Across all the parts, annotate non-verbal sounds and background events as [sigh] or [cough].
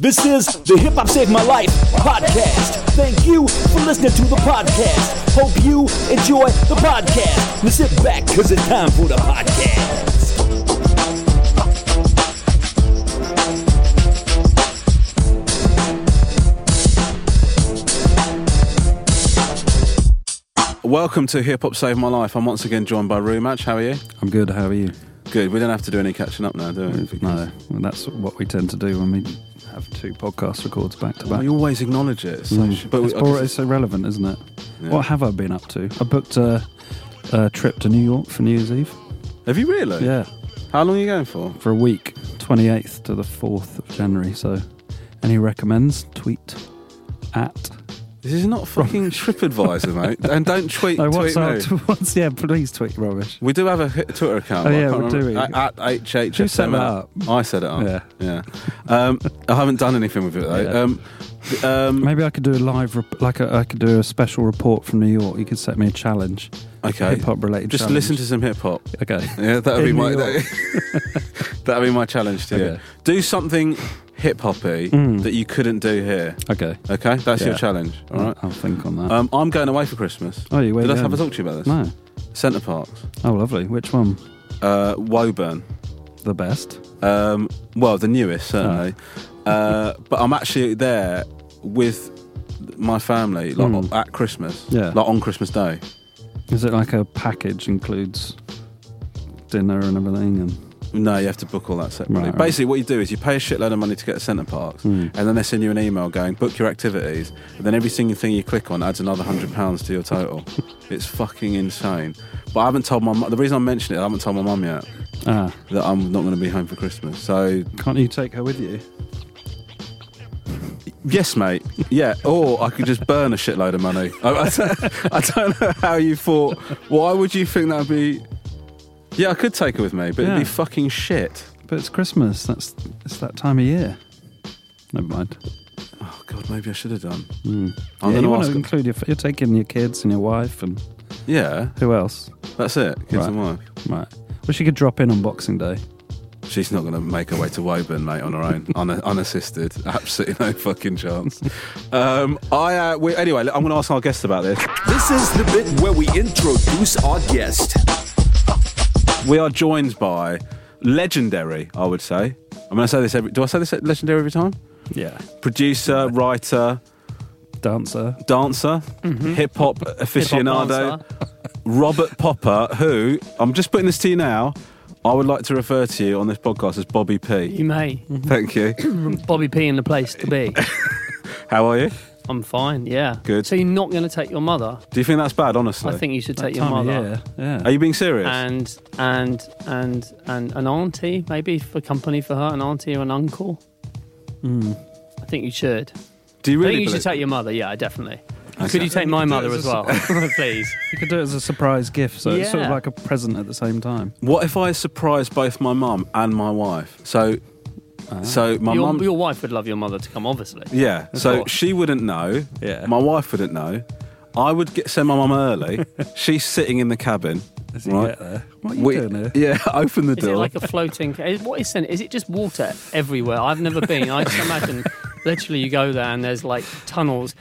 This is the Hip Hop Saved My Life podcast. Thank you for listening to the podcast. Hope you enjoy the podcast. Now sit back, cause it's time for the podcast. Welcome to Hip Hop Save My Life. I'm once again joined by Rumatch. How are you? I'm good. How are you? Good. We don't have to do any catching up now, do we? No, well, that's what we tend to do when we have two podcast records back to We back. always acknowledge it. So sh- Mm. but But we, it's, all- it's so relevant, isn't it? Yeah. What have I been up to? I booked a, a trip to New York for New Year's Eve. have you really? Yeah, How long are you going for? for a week, 28th to the 4th of January. So, any recommends? Tweet at. This is not fucking TripAdvisor, mate. [laughs] And don't tweet. No, tweet what's our? [laughs] me. What's yeah? Please tweet rubbish. We do have a hi- Twitter account. Oh, but I yeah, can't we remember- do. A- At HHSML. Who set that up? I set it up. Yeah. Yeah. Um, I haven't done anything with it though. Yeah. Um, th- um, Maybe I could do a live, rep- like a, I could do a special report from New York. You could set me a challenge, okay. hip hop related. Just challenge. listen to some hip hop. Okay. Yeah, that would In be my [laughs] New York. that would be my challenge to you. Okay. Do something hip hoppy that you couldn't do here. Okay. Okay, that's your Mm. Yeah. challenge. All right. I'll think on that. Um, I'm going away for Christmas. Oh, you were Did I going? have a talk to you about this? no. Centre Parks, Oh, lovely. Which one? uh, Woburn. The best? Um, well, the newest certainly. Ah. Uh, but I'm actually there with my family like, Mm. at Christmas. Yeah. Like on Christmas Day. Is it like a package includes dinner and everything? And No, you have to book all that separately. Right, Hmm. right. Basically, what you do is you pay a shitload of money to get to Centre Parks, and then they send you an email going, book your activities, and then every single thing you click on adds another £100 to your [laughs] total. it's fucking insane. But I haven't told my mum, the reason I mentioned it, I haven't told my mum yet ah, that I'm not going to be home for Christmas. So, can't you take her with you? yes, mate, yeah, or I could just burn a shitload of money. [laughs] I, I, don't, I don't know how you thought, why would you think that would be. Yeah, I could take her with me, but it'd Yeah. be fucking shit. But it's Christmas. That's it's that time of year. Never mind. Oh, God, maybe I should have done. I'm Hmm. Yeah, gonna you want ask to her- include your. f- You're taking your kids and your wife and Yeah, who else? that's it. Kids Right. and wife. Right. Well, she could drop in on Boxing Day. She's not going to make her way to Woburn, mate, on her own, [laughs] un- unassisted. [laughs] Absolutely no fucking chance. Um, I uh, we, anyway, I'm going to ask our guest about this. This is the bit where we introduce our guest. We are joined by legendary, I would say. I'm going to say this every. Do I say this legendary every time? Yeah. Producer, writer, Dancer. dancer, hip hop aficionado, Robert Popper, who I'm just putting this to you now. I would like to refer to you on this podcast as Bobby P. You may. Thank you. Bobby P in the place [laughs] to be. How are you? I'm fine, yeah. Good. So you're not going to take your mother? Do you think that's bad? Honestly, I think you should take your Time of mother. year. Yeah. Are you being serious? And, and and and an auntie, maybe for company for her, an auntie or an uncle. I think you should. Do you I Hmm. really? think you should believe- take your mother. Yeah, definitely. I Could see. you take my mother as as well, [laughs] [laughs] please? You could do it as a surprise gift, so it's sort of Yeah. like a present at the same time. What if I surprise both my mum and my wife? So, Ah. so my your, mum. your wife would love your mother to come, obviously. Yeah. So course. she wouldn't know. Yeah. My wife wouldn't know. I would get, send my mum [laughs] early. She's sitting in the cabin. Does it get there? What are you We- doing here? Yeah. [laughs] Open the Is door. it like a floating? is- What is it? Is it just water everywhere? I've never been. I just imagine, literally, you go there and there's like tunnels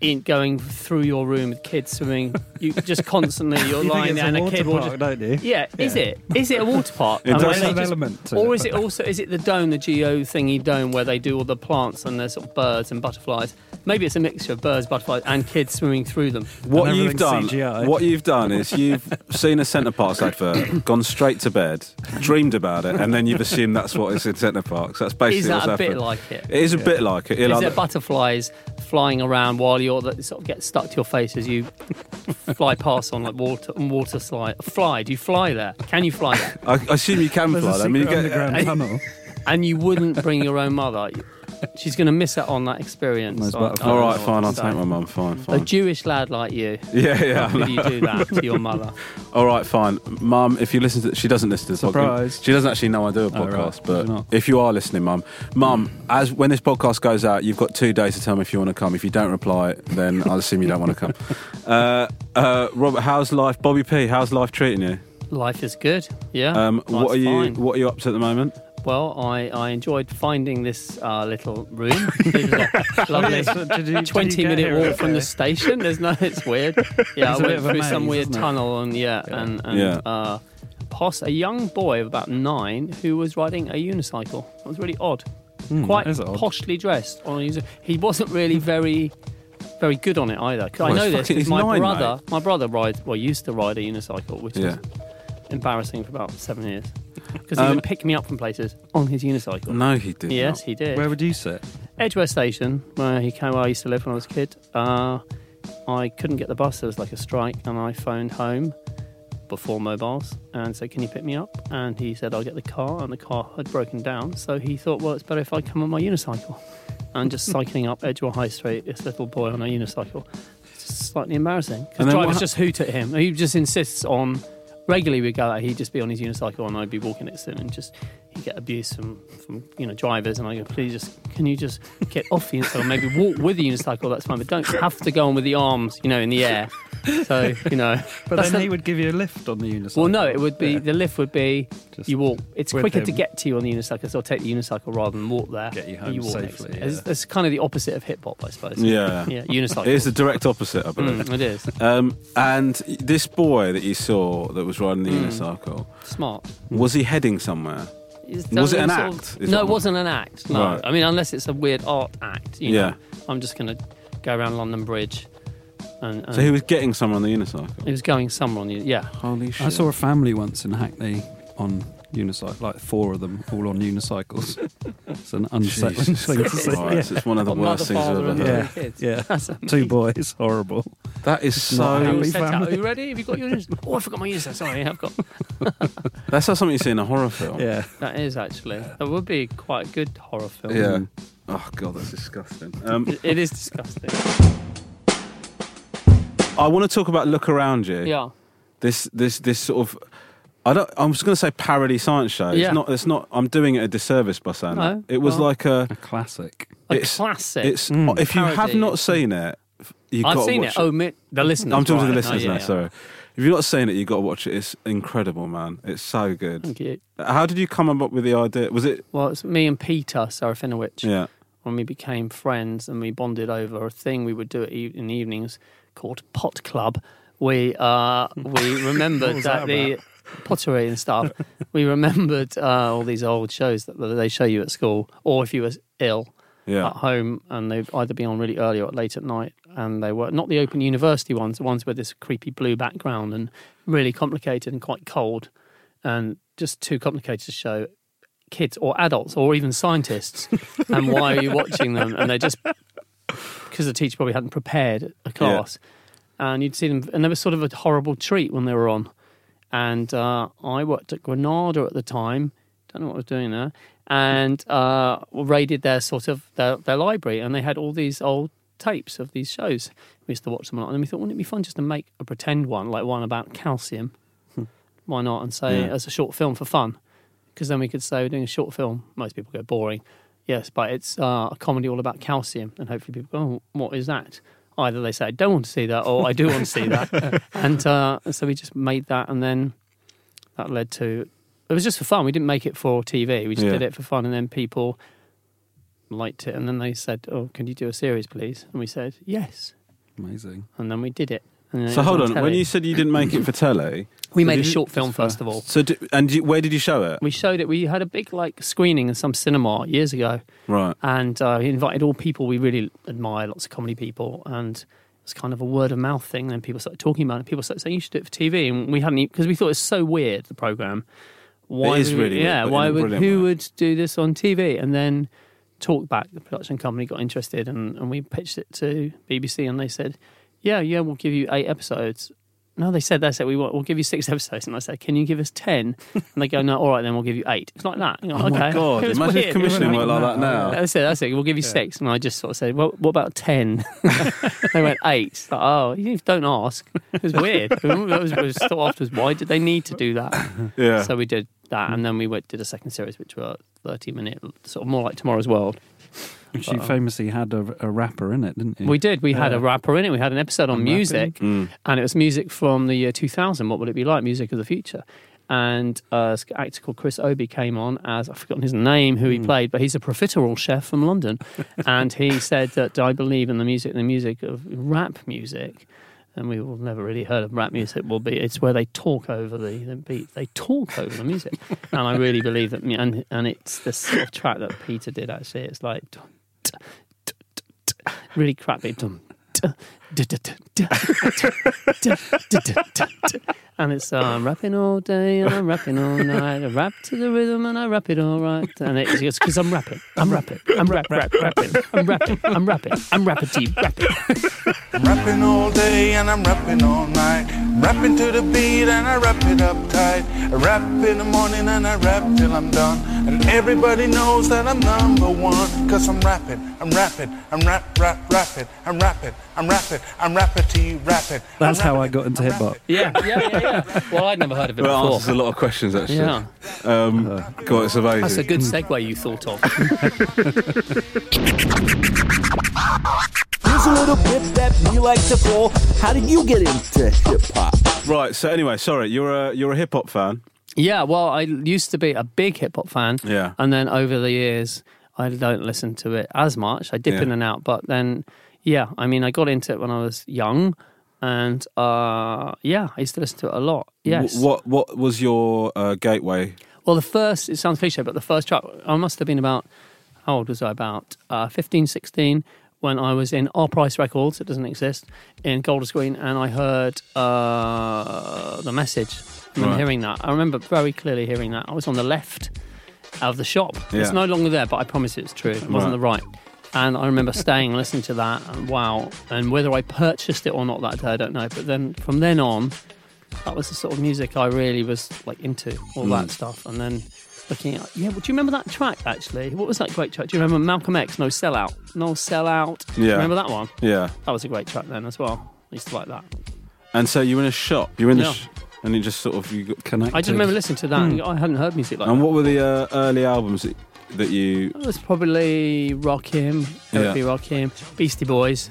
in going through your room with kids swimming. You [laughs] just constantly you're lying there and a kid will just. don't you? Yeah, is it? Is it a water [laughs] park? It And does where they have an element to or it, is it but- also is it the dome, the geo thingy dome where they do all the plants and there's sort of birds and butterflies? Maybe it's a mixture of birds, butterflies, and kids swimming through them. what and you've everything's done, CGI. what you've done is you've [laughs] seen a centre parks advert, gone straight to bed, dreamed about it, and then you've assumed that's what is in centre parks. That's basically Is what's that a bit happened. like it? It is a bit like it. You're Is like, there butterflies flying around while you're your that sort of gets stuck to your face as [laughs] you fly past on like water on water slide. Fly? Do you fly there? Can you fly there? I, I assume you can There's a fly. I mean, you secret get underground I- tunnel. And you wouldn't bring your own mother. She's going to miss out on that experience. Those I- I butterflies. don't All know right, what fine. to I'll say. take my mum. Fine, A fine. Jewish lad like you, Yeah, yeah. would you do that [laughs] to your mother? All right, fine, Mum. If you listen to, she doesn't listen to the Surprise. podcast. She doesn't actually know I do a Oh, right. podcast. Maybe not. But if you are listening, Mum, Mum, as when this podcast goes out, you've got two days to tell me if you want to come. If you don't reply, then I'll assume you don't want to come. Uh, uh, Robert, how's life? Bobby P, how's life treating you? Life is good. Yeah. Um, life's what are you? fine. What are you up to at the moment? Well, I, I enjoyed finding this uh, little [laughs] room. Lovely. So did you- did you 20 get minute here walk okay? from the station. There's no, it's weird. [laughs] Yeah, It's I a bit went of a through some maze, weird isn't it? tunnel and yeah, and, and Yeah. Uh, past a young boy of about nine who was riding a unicycle. It was really odd. Quite Hmm, that is odd. poshly dressed on a unicycle. He wasn't really very. Very good on it either. 'Cause Well, I know he's this fucking- because he's my nine, brother, my brother rides, well, used to ride a unicycle, which Yeah. Um, was embarrassing for about seven years because he would pick me up from places on his unicycle. No, he did. Yes, not. he did. Where would you sit? Edgeware Station, where he came, where I used to live when I was a kid. Uh, I couldn't get the bus. There was like a strike, and I phoned home before mobiles and said, "Can you pick me up?" And he said, "I'll get the car," and the car had broken down. So he thought, "Well, it's better if I come on my unicycle." [laughs] And just cycling up Edgeware High Street, this little boy on a unicycle, it's just slightly embarrassing. And Because then drivers what- just hoot at him. He just insists on. Regularly, we go out. He'd just be on his unicycle, and I'd be walking next to him, and just he'd get abuse from, from you know drivers. And I go, please, just can you just get off the unicycle? Maybe walk with the unicycle. That's fine, but don't have to go on with the arms, you know, in the air. So you know, But that's then the- he would give you a lift on the unicycle. well, no, it would be Yeah. the lift would be Just you walk. It's with quicker to him. get to you on the unicycle, so I'll take the unicycle rather than walk there. Get you and home walk safely, next to me. yeah. It's, it's kind of the opposite of hip hop, I suppose. Yeah. [laughs] yeah, unicycle. It is the direct opposite, I believe. Mm, it is Um, and this boy that you saw that was riding the unicycle, smart. was he heading somewhere? Is- Was it doesn't an sort of- act, is no, what it my- wasn't an act. No, Right. I mean unless it's a weird art act. You Yeah. know, I'm just going to go around London Bridge, and, and So he was getting somewhere on the unicycle. he was going somewhere on you. Yeah, Holy shit! I saw a family once in Hackney on unicycle, like four of them, all on unicycles. it's an [laughs] unsettling Jesus thing to see. Christ, It's one of the Got worst things mother, I've father, ever and heard. Yeah, kids. yeah. [laughs] That's Two boys, horrible. That is not so. happy. set out. Are family. you ready? Have [laughs] you got your? unicycle? Oh, I forgot my unicycle. Sorry, I've got. That's not something you see in a horror film. Yeah, That is actually. That would be quite a good horror film. Yeah. Oh god, that's disgusting. Um, It [laughs] is disgusting. I want to talk about look around you. Yeah. This this this sort of. I don't. I'm just going to say parody science show. Yeah. It's not. It's not. I'm doing it a disservice by saying No, that. It was well. like a. a classic. A classic. It's Mm. if you have Parody. not seen it, you've I've got to seen watch it. Oh, mi- the listeners. I'm talking to the right. listeners oh, yeah, now. yeah. Sorry, if you've not seen it, you've got to watch it. It's incredible, man. It's so good. Thank you. How did you come up with the idea? Was it? Well, it's me and Peter Serafinovich. Yeah. When we became friends and we bonded over a thing we would do at e- in the evenings called Pot Club, we [laughs] uh, we remembered was that that, the pottery and [laughs] stuff. we remembered uh, all these old shows that they show you at school, or if you were ill. Yeah. at home and they've either been on really early or late at night and they were not the open university ones the ones with this creepy blue background and really complicated and quite cold and just too complicated to show kids or adults or even scientists and why are you watching them and they just because the teacher probably hadn't prepared a class and you'd see them and they were sort of a horrible treat when they were on and uh, I worked at Granada at the time. Don't know what I was doing there, and uh, raided their sort of their, their library, and they had all these old tapes of these shows. We used to watch them a lot, and we thought, wouldn't it be fun just to make a pretend one, like one about calcium? Why not? And say Yeah. as a short film for fun, because then we could say we're doing a short film. Most people go boring. Yes, but it's uh, a comedy all about calcium, and hopefully people go, oh, "What is that?" Either they say, "I don't want to see that," or "I do want to [laughs] see that," and uh, so we just made that, and then that led to it was just for fun. We didn't make it for TV. We just Yeah. did it for fun, and then people liked it, and then they said, "Oh, can you do a series, please?" And we said, "Yes," Amazing. and then we did it. And then it So was hold on. telly. When you said you didn't make it for telly, we so made a did you- short film first of all. So do, and you, where did you show it? We showed it. We had a big like screening in some cinema years ago, Right. and uh, he invited all people we really admire, lots of comedy people, and it's kind of a word of mouth thing. Then people started talking about it. People started saying you should do it for TV, and we hadn't because we thought it's so weird the program. Why It is would we- really weird, yeah? but in why a would brilliant who way. would do this on TV? And then Talkback, the production company, got interested and, and we pitched it to BBC and they said, yeah, yeah, we'll give you eight episodes. No, they said, they said, we want, we'll give you six [laughs] episodes. And I said, can you give us 10? And they go, no, all right, then we'll give you eight. It's like that. Oh my [laughs] God! Imagine if commissioning worked like that now. That's it, that's it. We'll give you six. And I just sort of said, well, what about 10? [laughs] they went, eight. It's like, oh, you don't ask. It was weird. it was, it was thought afterwards, why did they need to do that? Yeah. So we did that, and then we went, did a second series, which were thirty minute, sort of more like Tomorrow's World. Which you famously had a, a rapper in it, didn't you? We did. We had a rapper in it. We had an episode on music, and it was music from the year two thousand. What would it be like? Music of the future. And uh, this actor called Chris Obi came on as I've forgotten his name, who he played, but he's a profiterole chef from London, and he said that I believe in the music, the music of rap music. And we all never really heard of rap music. Will be it's where they talk over the, the beat. They talk over the music, and I really believe that. And and it's this sort of track that Peter did actually. It's like [laughs] really crappy. [laughs] Dum, duh, duh, duh, duh, duh, duh, duh, duh, duh, duh, duh. [laughs] And it's uh, I'm rapping all day and I'm rapping all night. I rap to the rhythm and I rap it all right. And it's just because I'm rapping, I'm rapping, I'm rap, rap, rapping, I'm rapping, I'm rapping, I'm rapping to you, rapping. Rapping all day and I'm rapping all night. Rapping to the beat and I wrap it up tight. I rap in the morning and I rap till I'm done. And everybody knows that I'm number one. Cause I'm rapping, I'm rapping, I'm rap, rap, rapping. I'm rapping, I'm rapping, I'm rapping to you, rapping. I'm That's how I rapping, got into I'm hip hop. rapping. Yeah, yeah, yeah, yeah. Well, I'd never heard of it That before. answers a lot of questions, actually. Yeah. Um, God, it's amazing. That's a good segue you thought of. Here's a little bit that we like to call How Did You Get Into Hip Hop? Right. So anyway, sorry. You're a you're a hip hop fan. Yeah, well, I used to be a big hip hop fan. Yeah. And then over the years, I don't listen to it as much. I dip Yeah. in and out, but then, yeah, I mean, I got into it when I was young, and uh, yeah, I used to listen to it a lot. Yes. Wh- What what was your uh, gateway? Well, the first, it sounds cliche, but the first track, I must have been about, how old was I? About uh, 15, 16, when I was in R Price Records, it doesn't exist, in Golders Green, and I heard uh, the message. I remember Right. hearing that. I remember very clearly hearing that. I was on the left of the shop. Yeah. It's no longer there, but I promise you it's true. It wasn't the right. And I remember staying and listening to that, and wow. And whether I purchased it or not that day, I don't know. But then from then on, that was the sort of music I really was like into, all that stuff. And then looking at, yeah, well, do you remember that track actually? What was that great track? Do you remember Malcolm X? No sellout, no sellout. Yeah. remember that one? Yeah. That was a great track then as well. I used to like that. And so you're in a shop. You're in Yeah. the sh- and you just sort of you got. Connected. I just remember listening to that. And I hadn't heard music like And that. what were the uh, early albums that, that you? It was probably Rakim, yeah. Yeah. Rakim, Beastie Boys,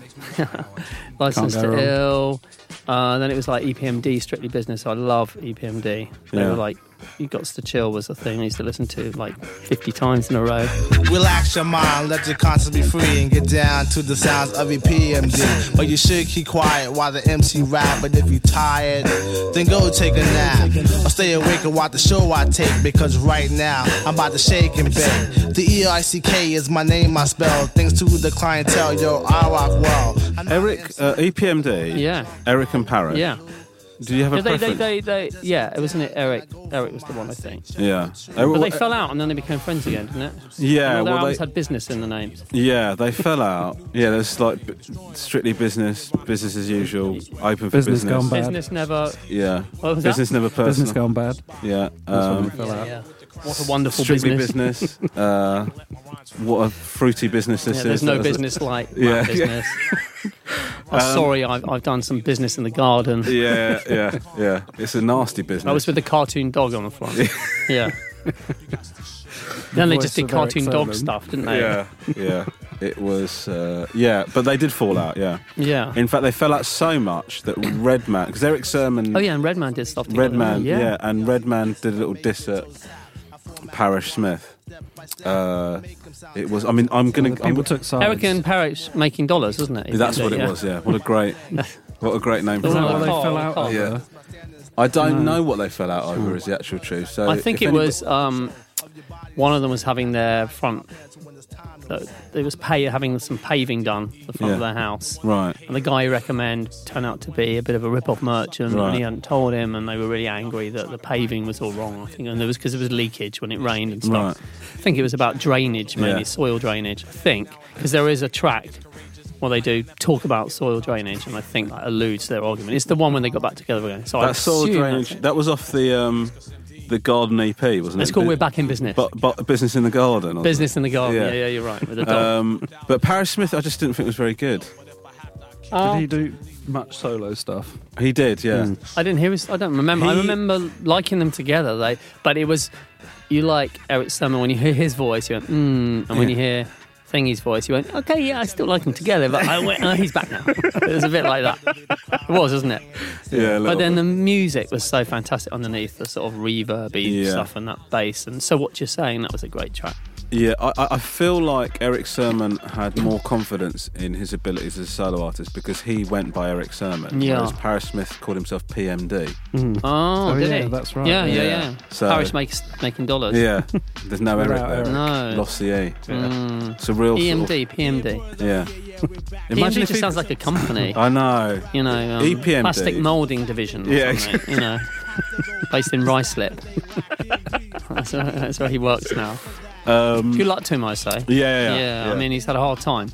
[laughs] License go to wrong. Ill. Uh, then it was like EPMD, Strictly Business. I love E EPMD. They Yeah. were like, "You Got to Chill" was a thing I used to listen to like 50 times in a row. Relax your mind, let your conscience be free and get down to the sounds of your PMD. But you should keep quiet while the MC rap. But if you tired, then go take a nap. Or stay awake and watch the show I take. Because right now, I'm about to shake and bake. The E I C K is my name I spell. Thanks to the clientele, yo, I rock well. I'm not Eric uh, EPMD. Yeah. Eric and Parrot. Yeah. Do you have a Yeah, they, they, preference? they, they, yeah, it wasn't it. Eric, Eric was the one I think. yeah. But Eric- they fell out and then they became friends again, didn't it? uh, Yeah, And all their well, albums they- had business in the names. Yeah, they fell out. Yeah, there's like b- strictly business, business as usual, open for business. Business gone bad. Business never. Yeah, What was that? business never personal. Business gone bad. Yeah, um, Yeah, yeah. What a wonderful strictly business. business. [laughs] uh, what a fruity business this Yeah, is. there's no That was- business like Yeah. [laughs] Um, rap business. I'm sorry, I've, I've done some business in the garden. Yeah, yeah, yeah. It's a nasty business. I was with a cartoon dog on the front. [laughs] yeah. then they voice just did of Eric cartoon dog Sermon. stuff, didn't they? Yeah, yeah. It was. Uh, yeah, but they did fall out. Yeah. Yeah. In fact, they fell out so much that Redman, because Eric Sermon, oh yeah, and Redman did stuff. together, Redman, didn't they? yeah. and Redman did a little diss at Parish Smith. Uh, it was. I mean, I'm gonna. I'm, People took sides. Eric and Parrish making dollars, wasn't it? that's what Yeah. it was. Yeah. What a great. What a great name. For Is that Well, what they that. Oh, fell out. oh. over. Yeah. I don't know what they fell out over is the actual truth. So I think if it anybody- was um, one of them was having their front. uh, It was pay, having some paving done at the front of Yeah. their house. Right. And the guy he recommended turned out to be a bit of a rip-off merchant, Right. and he hadn't told him, and they were really angry that the paving was all wrong. I think, and it was because it was leakage when it rained and stuff. Right. think it was about drainage, mainly Yeah. soil drainage. I think because there is a track where they do talk about soil drainage, and I think that alludes to their argument. It's the one when they got back together again. So I That soul assume drainage. that's it. That was off the um, the garden EP, wasn't it? It's called Bu- We're Back in Business. Bu- bu- business in the garden. or Business in the garden. Yeah. Yeah, yeah, you're right. With the dog. Um, but Paris Smith, I just didn't think was very good. Oh. Did he do much solo stuff? He did, yeah. I didn't hear his. I don't remember. I He- remember liking them together, though. But it was you like Eric Summer when you hear his voice, you went mm, and when you hear Thingy's voice, you went okay, yeah, I still like them together. But I went, oh, he's back now. it was a bit like that. It was, wasn't it? Yeah, a little But then the bit. music was so fantastic underneath the sort of reverby Yeah. stuff and that bass. And so what you're saying, that was a great [laughs] track. yeah, I, I- I feel like Eric Sermon had more confidence in his abilities as a solo artist because he went by Eric Sermon. Yeah. Whereas Paris Smith called himself [laughs] PMD. Oh, Oh, did yeah, it? that's right. Yeah, yeah, Yeah. yeah. So- Parish makes making dollars. Yeah, there's no Eric Without there. Eric. No. Hmm. Lost the A. It's a real sort EMD, PMD. of- yeah. PMD if just he- sounds like a [laughs] company. I know. you know, um, EPMD. plastic moulding division. Or Yeah, something, you know, based in Ruislip. [laughs] that's, where, that's where he works now. Good luck to him, I say. Um, Yeah, yeah, yeah. I mean, he's had a hard time.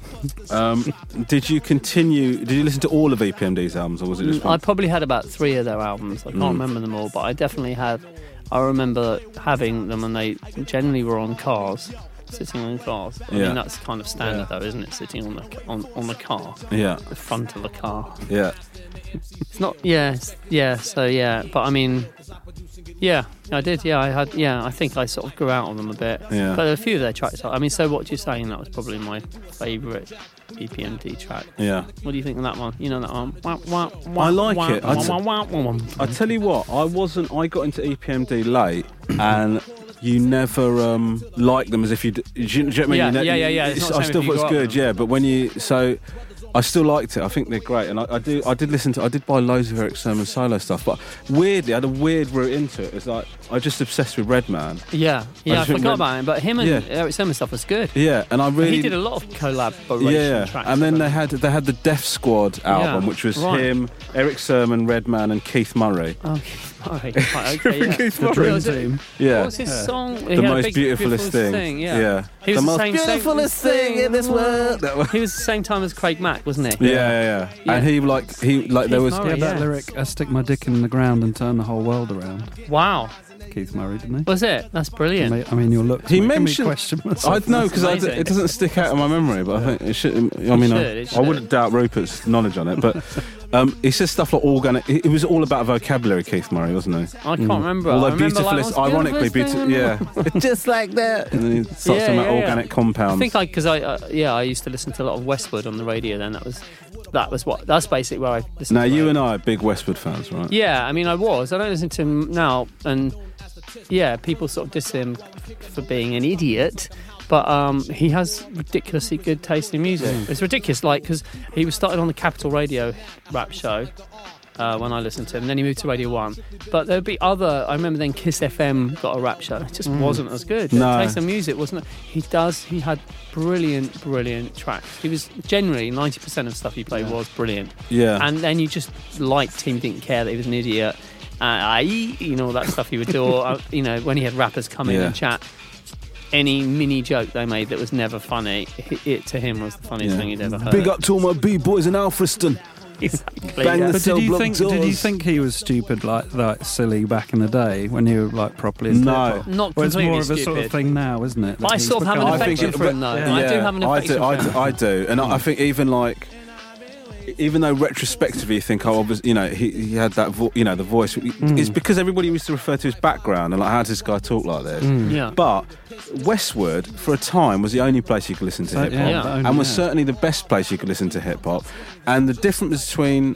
Um, did you continue? Did you listen to all of E EPMD's albums, or was it just I one? probably had about three of their albums. I can't Mm. remember them all, but I definitely had. I remember having them, and they generally were on cars, sitting on cars. I Yeah. mean, that's kind of standard, though, isn't it? Sitting on the on, on the car, yeah, the front of the car. yeah. It's not. Yeah, it's- yeah. So yeah, but I mean, yeah, I did. Yeah, I had. Yeah, I think I sort of grew out on them a bit. Yeah. But a few of their tracks. I mean, so what you're saying that was probably my E favourite EPMD track. Yeah. What do you think of that one? You know that one. Wah, wah, wah, I like wah, it. Wah, I t- wah, wah, wah, wah. I tell you what, I wasn't. I got into E EPMD late, and you never um, like them as if you. d- Do you, do you know what I mean? Yeah, You ne- yeah, yeah, yeah. it's- It's not the I same still if thought you grew it's up good, with them. yeah. But when you so. I still liked it. I think they're great, and I, I do. I did listen to. I did buy loads of Eric Sermon solo stuff, but weirdly, I had a weird route into it. It's like I was just obsessed with Redman. Yeah, yeah. I, just forgot think when- about him, but him and Yeah. Eric Sermon stuff was good. Yeah, and I really He did a lot of collaboration Yeah, tracks. and then but- they had they had the Death Squad album, Yeah, which was right. him, Eric Sermon, Redman, and Keith Murray. Okay, all right, [laughs] right, [laughs] okay, yeah. Keith What Murray. was it? Yeah, What was his song? He the had a most big, beautifulest thing. Yeah. He the was the, most same beautifulest thing in this world. [laughs] That one. He was the same time as Craig Mack, wasn't he? Yeah, yeah, yeah. Yeah. And he like he like there Keith was Murray. Yeah, Yeah. that lyric, I stick my dick in the ground and turn the whole world around. Wow. Keith Murray, didn't he? Was it? That's He brilliant. made- I mean, your looks. he make me mentioned. question I myself. know because amazing. it doesn't stick out in my memory, but I think it should. I mean, I, should, it I should. wouldn't doubt Rupert's knowledge on it, but [laughs] um, he says stuff like organic. It it was all about vocabulary, Keith Murray, wasn't he? I can't remember. I Although remember, like, beautifulest, I was ironically, beautifulest beautiful, thing in the yeah, [laughs] world. [laughs] just like that. And then he starts Yeah, talking about yeah, yeah. organic compounds. I think I because I uh, yeah I used to listen to a lot of Westwood on the radio. Then that was that was what that's basically where I listened. Now to you it. and I are big Westwood fans, right? yeah, I mean I was. I don't listen to him now, and yeah, people sort of diss him for being an idiot. But um, he has ridiculously good taste in music. It's ridiculous, like because he was started on the Capital Radio rap show, uh, when I listened to him. Then he moved to Radio One. But there'd be other. I remember then Kiss FM got a rap show. It just wasn't as good. The No. taste of music wasn't. He does. He had brilliant, brilliant tracks. He was generally ninety percent of stuff he played was brilliant. Yeah. And then you just liked him. Didn't care that he was an idiot. Uh, I, you know, all that stuff he would do. [laughs] Or, uh, you know, when he had rappers come in Yeah. and chat. Any mini joke they made that was never funny, it, it to him was the funniest Yeah. thing he'd ever heard. [laughs] up to all my b boys in Alfriston. exactly. Bang yeah. the But did you Cell think? block Did you doors. think he was stupid like like silly back in the day when you were like properly? into No. hip-hop? Not Well, it's completely more of a sort of stupid. thing now, isn't it? that I he's sort of have an become- I think affection it- for him, though. I do have an affection I for do, him. I do, and I I think even like, even though retrospectively you think, oh, obviously, you know, he, he had that, vo- you know, the voice. Mm. It's because everybody used to refer to his background and like, how does this guy talk like this? Yeah. But Westward, for a time, was the only place you could listen to hip hop, yeah, the only- and was yeah. certainly the best place you could listen to hip hop. And the difference between,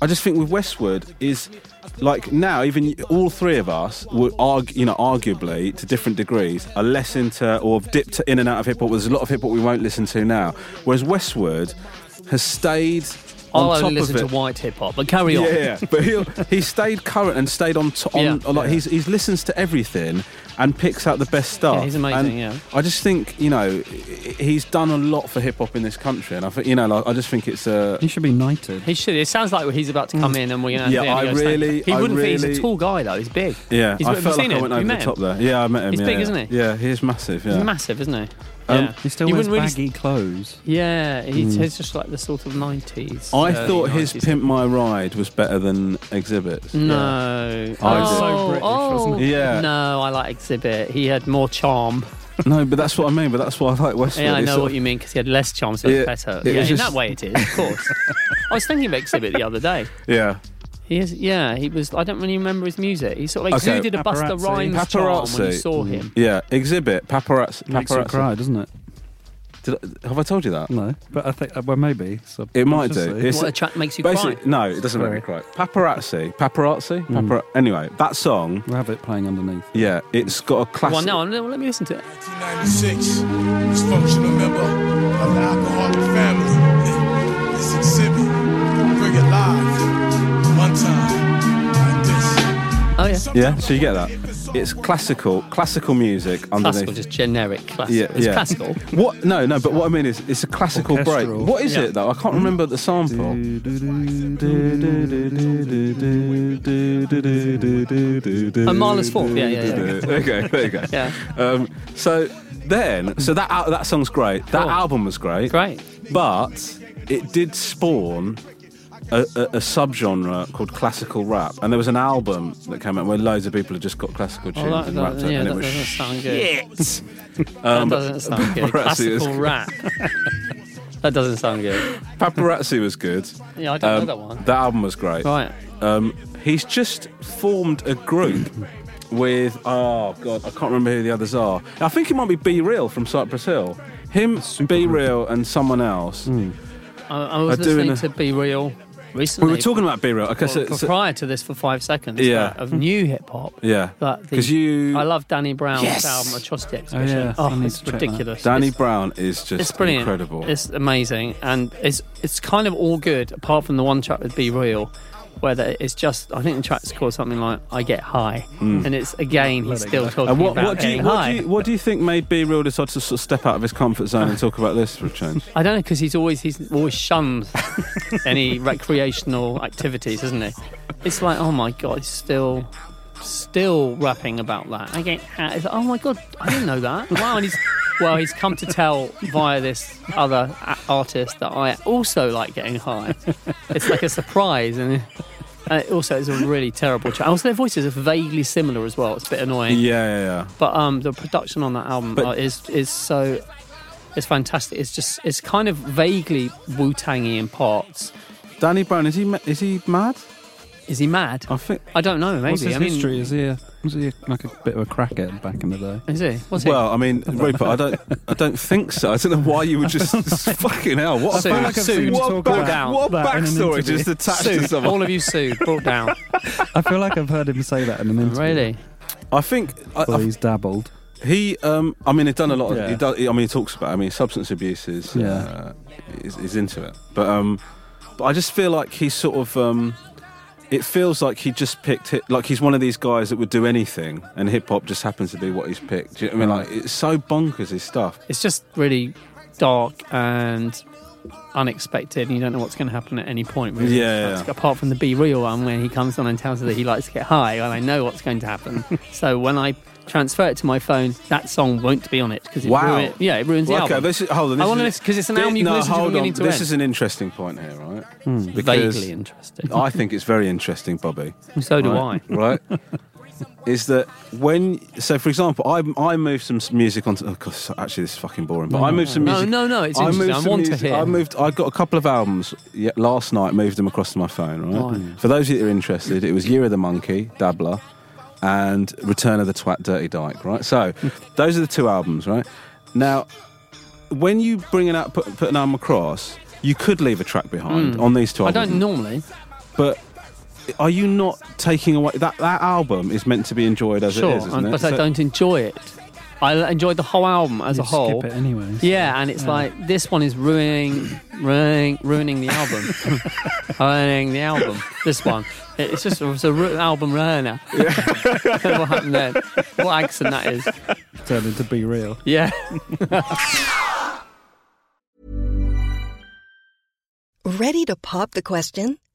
I just think with Westward is. Like now, even all three of us would argue, you know, arguably to different degrees, are less into or have dipped in and out of hip hop. There's a lot of hip hop we won't listen to now, whereas Westward has stayed on I'll top only of listen it. to white hip hop, but carry on. Yeah, yeah. but he he stayed current and stayed on. To, on Yeah. like he's he's listens to everything, and picks out the best stuff. Yeah, he's amazing, And yeah. I just think you know h- he's done a lot for hip hop in this country, and I think you know like, I just think it's a He should be knighted. He should. It sounds like he's about to come in, and we're going to. Mm. Yeah, I really- He I wouldn't be. He's really- a tall guy though. He's big. yeah. He's, I have felt you like seen I him? went Have over the you met him? top there. Yeah, I met him. He's yeah, big, yeah. isn't he? Yeah, he's massive. Yeah. He's massive, isn't he? Um, yeah. He still You wears wouldn't really baggy clothes. Yeah, he's, he's just like the sort of nineties. Hmm. I thought his Pimp My Ride was better than Exhibits. No. I did. oh, So British, oh, wasn't he? Yeah. No, I like Exhibit. He had more charm. No, but that's what I mean. But that's why I like Westwood. Yeah, I It's know sort what of- you mean because he had less charm, so it Yeah, was better. it yeah, was in just- that way it is, of [laughs] course. I was thinking of Exhibit the other day. Yeah, He is, yeah, he was. I don't really remember his music. He sort of Okay. exuded a Buster Paparazzi. Rhymes charm when you Paparazzi. Hmm. saw him. yeah. Exhibit paparazzi. Makes you paparazzi. cry, doesn't it? Did I- have I told you that? No, but I think uh, well maybe so It might do. It's- What a track makes you Basically, cry. no, it doesn't make me cry. Paparazzi, paparazzi, Hmm. papara- Anyway, that song. We'll have it playing underneath. Yeah, it's got a classic. Well, no, I'm- let me listen to it. 1996, dysfunctional member of the alcoholic family. This exhibit, bring it live. One time, like this. Oh yeah, Yeah, so you get that. It's classical, classical music underneath. classical, just generic classical. yeah, It's yeah. classical. What? No, no. But what I mean is, it's a classical Orchestral. break. What is Yeah. it though? I can't remember the sample. Amala's Marla's Fourth, yeah, yeah, yeah. [laughs] okay, there you go. Yeah. Um, so then, so that al- that song's great. That Cool. album was great. Great. But it did spawn a, a, a subgenre called classical rap, and there was an album that came out where loads of people had just got classical tunes Oh, that, and that, rapped it, yeah, and that it was doesn't sound good. shit. [laughs] That doesn't sound good. Paparazzi is- Classical rap. that doesn't sound good. Paparazzi was good. Yeah, I don't Um, know that one. That album was great. Right. Um, he's just formed a group with oh god, I can't remember who the others are. I think it might be Be Real from Cypress Hill. Him, Be Real, and someone else. Hmm. I, I was I do in listening a- to Be Real We recently. were talking about Be Real. Okay, so, Well, so- prior to this for five seconds Yeah. uh, of new hip hop. yeah, But the- because you, I love Danny Brown's Yes. album Atrocity Oh, Exhibition. yeah. Oh, I need it's to check that. ridiculous. Danny it's, Brown is just it's brilliant. incredible. It's amazing, and it's it's kind of all good apart from the one track with Be Real, where the, it's just I think the track's called something like I Get High, and it's again he's still talking Hmm. and what, about what, do you, getting what, high. do you, what do you think made Be Real decide to sort of step out of his comfort zone and talk about this for a [laughs] change? I don't know because he's always he's always shunned any recreational activities, isn't he? It's like, oh my god, he's still still rapping about that. I get, it's like, oh my god, I didn't know that. Wow, and he's well, he's come to tell via this other a- artist that I also like getting high. It's like a surprise, and uh, also it's a really terrible track. Also, their voices are vaguely similar as well. It's a bit yeah, annoying. yeah, yeah. But um, the production on that album But- uh, is is so it's fantastic. It's just it's kind of vaguely Wu Tangy in parts. Danny Brown is he ma- is he mad? Is he mad? I think. I don't know. Maybe. What's his I mean, history? Is he a, was he like a bit of a crackhead back in the day? Is he? What's Well, I mean, Rupert, I don't, I don't think so. I don't know why you would [laughs] just [laughs] fucking hell. What Soon, a back, soon, what talk back, about what that in an backstory interview. just he? attached to Sued. someone? All of you sued. [laughs] Brought down. I feel like I've heard him say that in an interview. really? I think I, Or I, he's dabbled. he, um, I mean, he's done a lot. Of, Yeah. he does, I mean, he talks about. I mean, substance abuse is, Yeah. uh, is, is into it. But, um, but I just feel like he's sort of. Um, it feels like he just picked it. Like he's one of these guys that would do anything, and hip hop just happens to be what he's picked. Do you know what I mean? Like it's so bonkers his stuff. It's just really dark and unexpected, and you don't know what's going to happen at any point. Really. Yeah, That's- yeah. Apart from the Be Real one, where he comes on and tells her that he likes to get high, and I know what's going [laughs] to happen. so when I transfer it to my phone, that song won't be on it because it Wow. ruin- yeah, it ruins Well, the okay, album. this is hold on. This I wanna is- listen- 'cause it's an thi- album you can no, listen to hold from on. beginning to This end. is an interesting point here, right? Because Hmm. Vaguely interesting. I think it's very interesting, Bobby. Oh, so do I. right? [laughs] Right? is that when? So, for example, I I moved some s- music onto. Oh, God, so- actually, this is fucking boring. But I moved some No, music. no, no, it's interesting. I some want to music- hear. I moved. I got a couple of albums yeah, last night. Moved them across to my phone. Right. For those of you that are interested, it was Year of the Monkey, Dabbler, and Return of the Twat, Dirty Dyke. Right. [laughs] So, those are the two albums. Right. Now, when you bring an out, put, put an album across, you could leave a track behind on these two. Hmm. I albums don't normally. but are you not taking away that that album is meant to be enjoyed as Sure, it is, isn't and- it? but I So- don't enjoy it. I enjoyed the whole album as You a whole. skip it anyway. so- Yeah, and it's like this one is ruining, ruining, ruining the album, ruining the album. This one, it's just it's a ru- album ruiner. [laughs] what happened then? What accent that is? Turned into Be Real. Yeah. Ready to pop the question?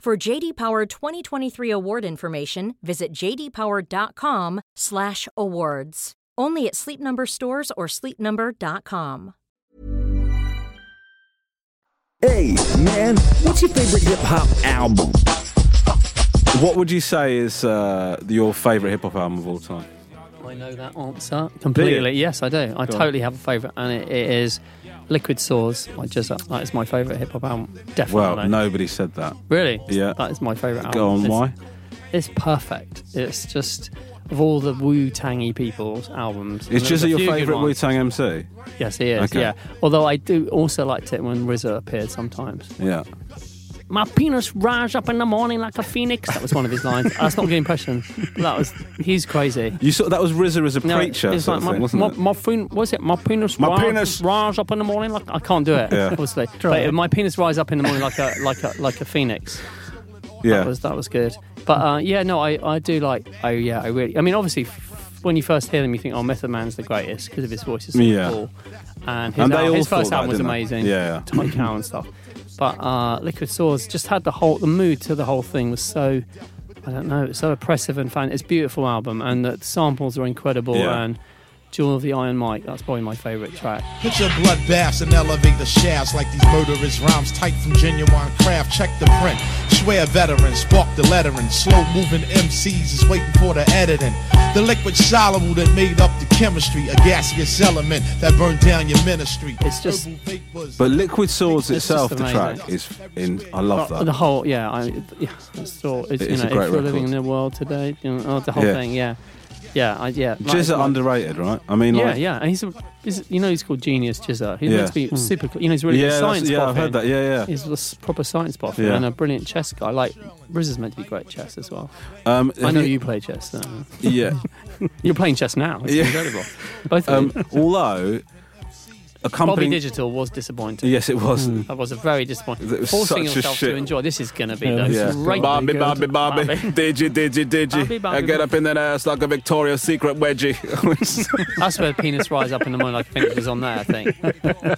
For JD Power 2023 award information, visit jdpower.com/awards. Only at Sleep Number stores or sleepnumber.com. Hey, man, what's your favorite hip hop album? What would you say is uh, your favourite hip hop album of all time? I know that answer completely. Yes, I do. I totally have a favourite, and it, it is Liquid Swords. I just uh, that is my favourite hip hop album. Definitely. Well, nobody said that. Really? Yeah. That is my favourite album. Go on, It's- why? It's perfect. It's just of all the Wu Tangy people's albums. and It's just there's a your few good favourite ones. Wu Tang MC. Yes, he is. Okay. Yeah. Although I do also liked it when RZA appeared sometimes. Yeah. My penis rise up in the morning like a phoenix. That was one of his lines. That's not a good impression. That was he's crazy. You saw that was RZA as a preacher, it's sort like of my, thing, wasn't my, it? my fin- what's it? My penis, My rise, penis- rise up in the morning like I can't do it. Yeah. Obviously, but my penis rise up in the morning like a like a like a phoenix. yeah. That was that was good. But uh, yeah, no, I, I do like. Oh yeah, I really. I mean, obviously, f- when you first hear them, you think, oh, Method Man's the greatest because of his voice is so Yeah. cool, and his, And they al- all his thought first that, album was didn't they? amazing. Yeah, yeah. Ty Cow and stuff. But uh, Liquid Swords just had the whole the mood to the whole thing was so. I don't know. It's so oppressive and fan. It's a beautiful album, and the samples are incredible. Yeah. And Jewel of the Iron Mike. That's probably my favourite track. Picture bloodbaths and elevate the shafts like these murderous rhymes tight from genuine craft. Check the print, swear veteran, spark the lettering. Slow moving MCs is waiting for the editing. The liquid soluble that made up the chemistry, a gaseous element that burned down your ministry. It's just- Herbal vapors. But Liquid Swords It's just itself, the amazing. track is in. I love Uh, that. The whole, yeah, I, yeah. It's still, it's, It you is a know, if great you're living record. in the world today, you know, oh, the whole Yeah. thing, yeah, yeah, I, yeah. like- Jizz are like- underrated, right? I mean, Yeah, like, yeah, and he's, a, he's you know he's called genius Jizza. He's Yeah. meant to be super. cool. You know he's really yeah, good that's- science. yeah. I've boffin. heard that. Yeah, yeah. He's a s- proper science buff Yeah. and a brilliant chess guy. Like Riz is meant to be great at chess as well. Um, I [laughs] know have you play chess. Now. [laughs] Yeah. You're playing chess now. It's Yeah. incredible. Both [laughs] of Um, you. although, Bobby Hmm. accompanying. Digital was disappointing. Yes, it was. That was a very disappointing. That was Forcing such a yourself shit. to enjoy. This is going to be Yeah, the this Yeah. is great. Bobby, Bobby, Bobby. Digi, digi, digi. Bobby, Bobby, I get Bobby. up in that ass like a Victoria's Secret wedgie. That's where penis rise up in the morning like fingers is on there. I think. [laughs]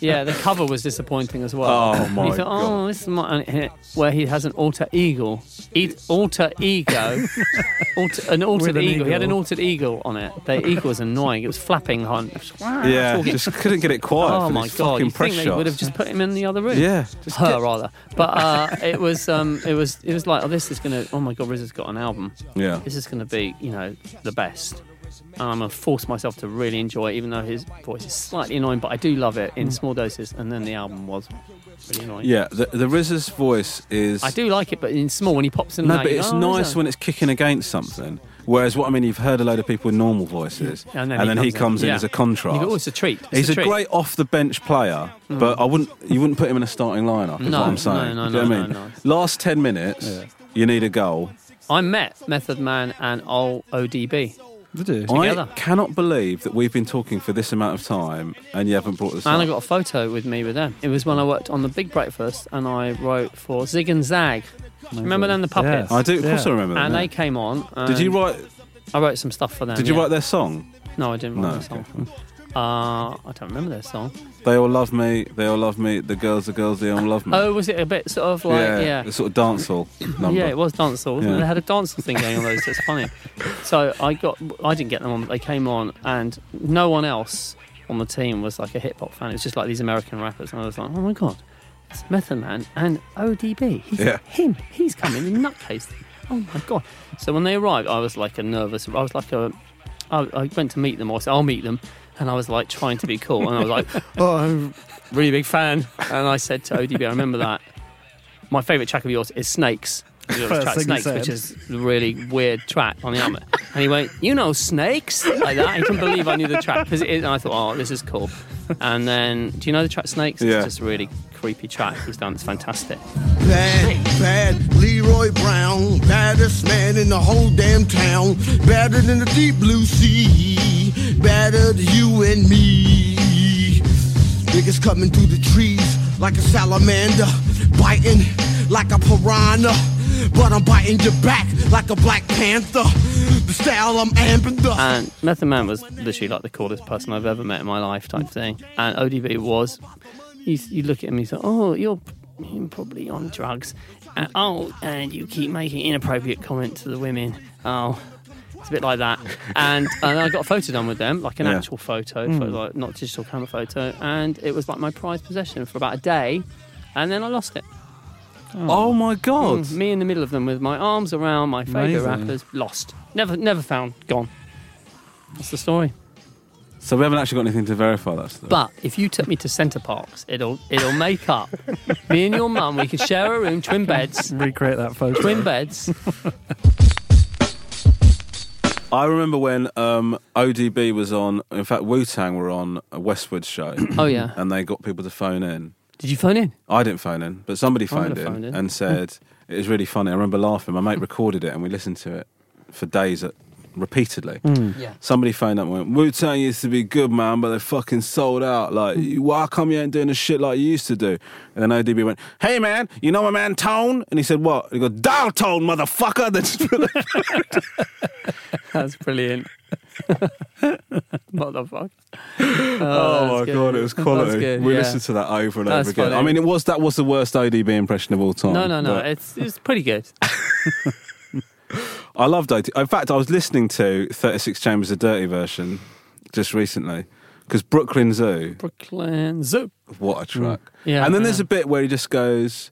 Yeah, the cover was disappointing as well. Oh, my you thought, God. Oh, this is my and it- where he has an alter eagle, e- alter [laughs] ego, alter, an altered With an eagle. He had an eagle. altered eagle on it. The eagle was annoying. It was flapping on. it was- [laughs] yeah, talking. just couldn't get it quiet. Oh for my these god! Fucking You press think they shots. would have just put him in the other room? Yeah, just her get- rather. But uh, it was um, it was it was like, oh, this is gonna. Oh my god, Rizzo's got an album Yeah. this is going to be, you know, the best. And I'm going to force myself to really enjoy it, even though his voice is slightly annoying, but I do love it in small doses. And then the album was really annoying. Mm. Yeah, the, the RZA's voice is. I do like it, but in small, when he pops in No, and out, but you it's go, "Oh, nice RZA." when it's kicking against something. Whereas what I mean, you've heard a load of people with normal voices, Yeah, and then then he comes in Yeah. as a contrast. You go, "Oh, it's a treat. It's He's a a, treat." Mm. great off the bench player, but I wouldn't. You wouldn't put him in a starting lineup. Is No, what I'm saying. no, no, Do you know no, what I mean? no, Last ten minutes, you need a goal. I met Method Man and old ODB. Did you? Together. I cannot believe that we've been talking for this amount of time and you haven't brought this And I up. got a photo with me with them. It was when I worked on The Big Breakfast and I wrote for Zig and Zag. Remember them, the puppets? Yes. I do. Of course, Yeah. I remember. And that, they came on. yeah. Did you and write? I wrote some stuff for them. Did you yeah. write their song? No, I didn't No, write that song. Uh, I don't remember their song. They all love me. They all love me. The girls, the girls, they all love me. Oh, was it a bit sort of like yeah, The sort of [clears throat] dancehall number. Yeah, it was dancehall. Yeah. They had a dancehall thing going on. Those, it's funny. So I got, I didn't get them on. but They came on, and no one else on the team was like a hip hop fan. It was just like these American rappers, and I was like, oh my god, it's Method Man and ODB. He's Yeah. him. He's coming in nutcase. Oh my god. So when they arrived, I was like a nervous. I was like a, I, I went to meet them. I said, I'll meet them. And I was like trying to be cool, and I was like, "Oh, I'm a really big fan." And I said to ODB, "I remember that." my favourite track of yours is Snakes. Your First track thing you Snakes, which said. is a really weird track on the album. and he went, You know Snakes? Like that. I couldn't believe I knew the track. Cause it is, and I thought, Oh, this is cool. And then, do you know the track Snakes? Yeah. It's just a really creepy track he's done. It's fantastic. Bad, bad Leroy Brown, baddest man in the whole damn town, better than the deep blue sea, better than you and me. Niggas coming through the trees like a salamander, biting like a piranha, but I'm biting your back like a black panther. The style I'm amping the. And Method Man was literally like the coolest person I've ever met in my life, type thing. And ODB was, you, you look at him, he's like, oh, you're, you're probably on drugs. And, oh, and you keep making inappropriate comments to the women. Oh, it's a bit like that. And, and I got a photo done with them, like an Yeah. actual photo, photo, like, not digital camera photo. And it was like my prized possession for about a day. And then I lost it. Oh my god! Hmm. Mm, me in the middle of them with my arms around my favourite Amazing. rappers, lost. Never, never found, gone. That's the story. So we haven't actually got anything to verify that stuff. But if you took me to Centre Parks, it'll it'll make up. me and your mum, we could share a room, twin beds, Recreate that photo. twin beds. I remember when um, ODB was on. In fact, Wu Tang were on a Westwood show, [clears throat] Oh yeah. and they got people to phone in. Did you phone in? I didn't phone in, but somebody I phoned would've in, phoned in. and [laughs] said it was really funny. I remember laughing. My mate recorded it, and we listened to it for days at, repeatedly. Yeah. Somebody phoned up and went, Wu Tang used to be good, man, but they fucking sold out. Like, Hmm. why come you ain't doing the shit like you used to do? And then ODB went, Hey, man, you know my man Tone? And he said, What? And he goes, Dial Tone, motherfucker. [laughs] They just put the- That's brilliant. [laughs] what the fuck? oh, that's my good. God, it was That's quality. good, we yeah. listened to that over and That's over again. funny. I mean, it was that was the worst ODB impression of all time. No, no, no. but It's it's pretty good. I loved ODB. In fact, I was listening to 36 Chambers of Dirty version just recently because Brooklyn Zoo. Brooklyn Zoo. What a track. Mm. Yeah, And then yeah. there's a bit where he just goes,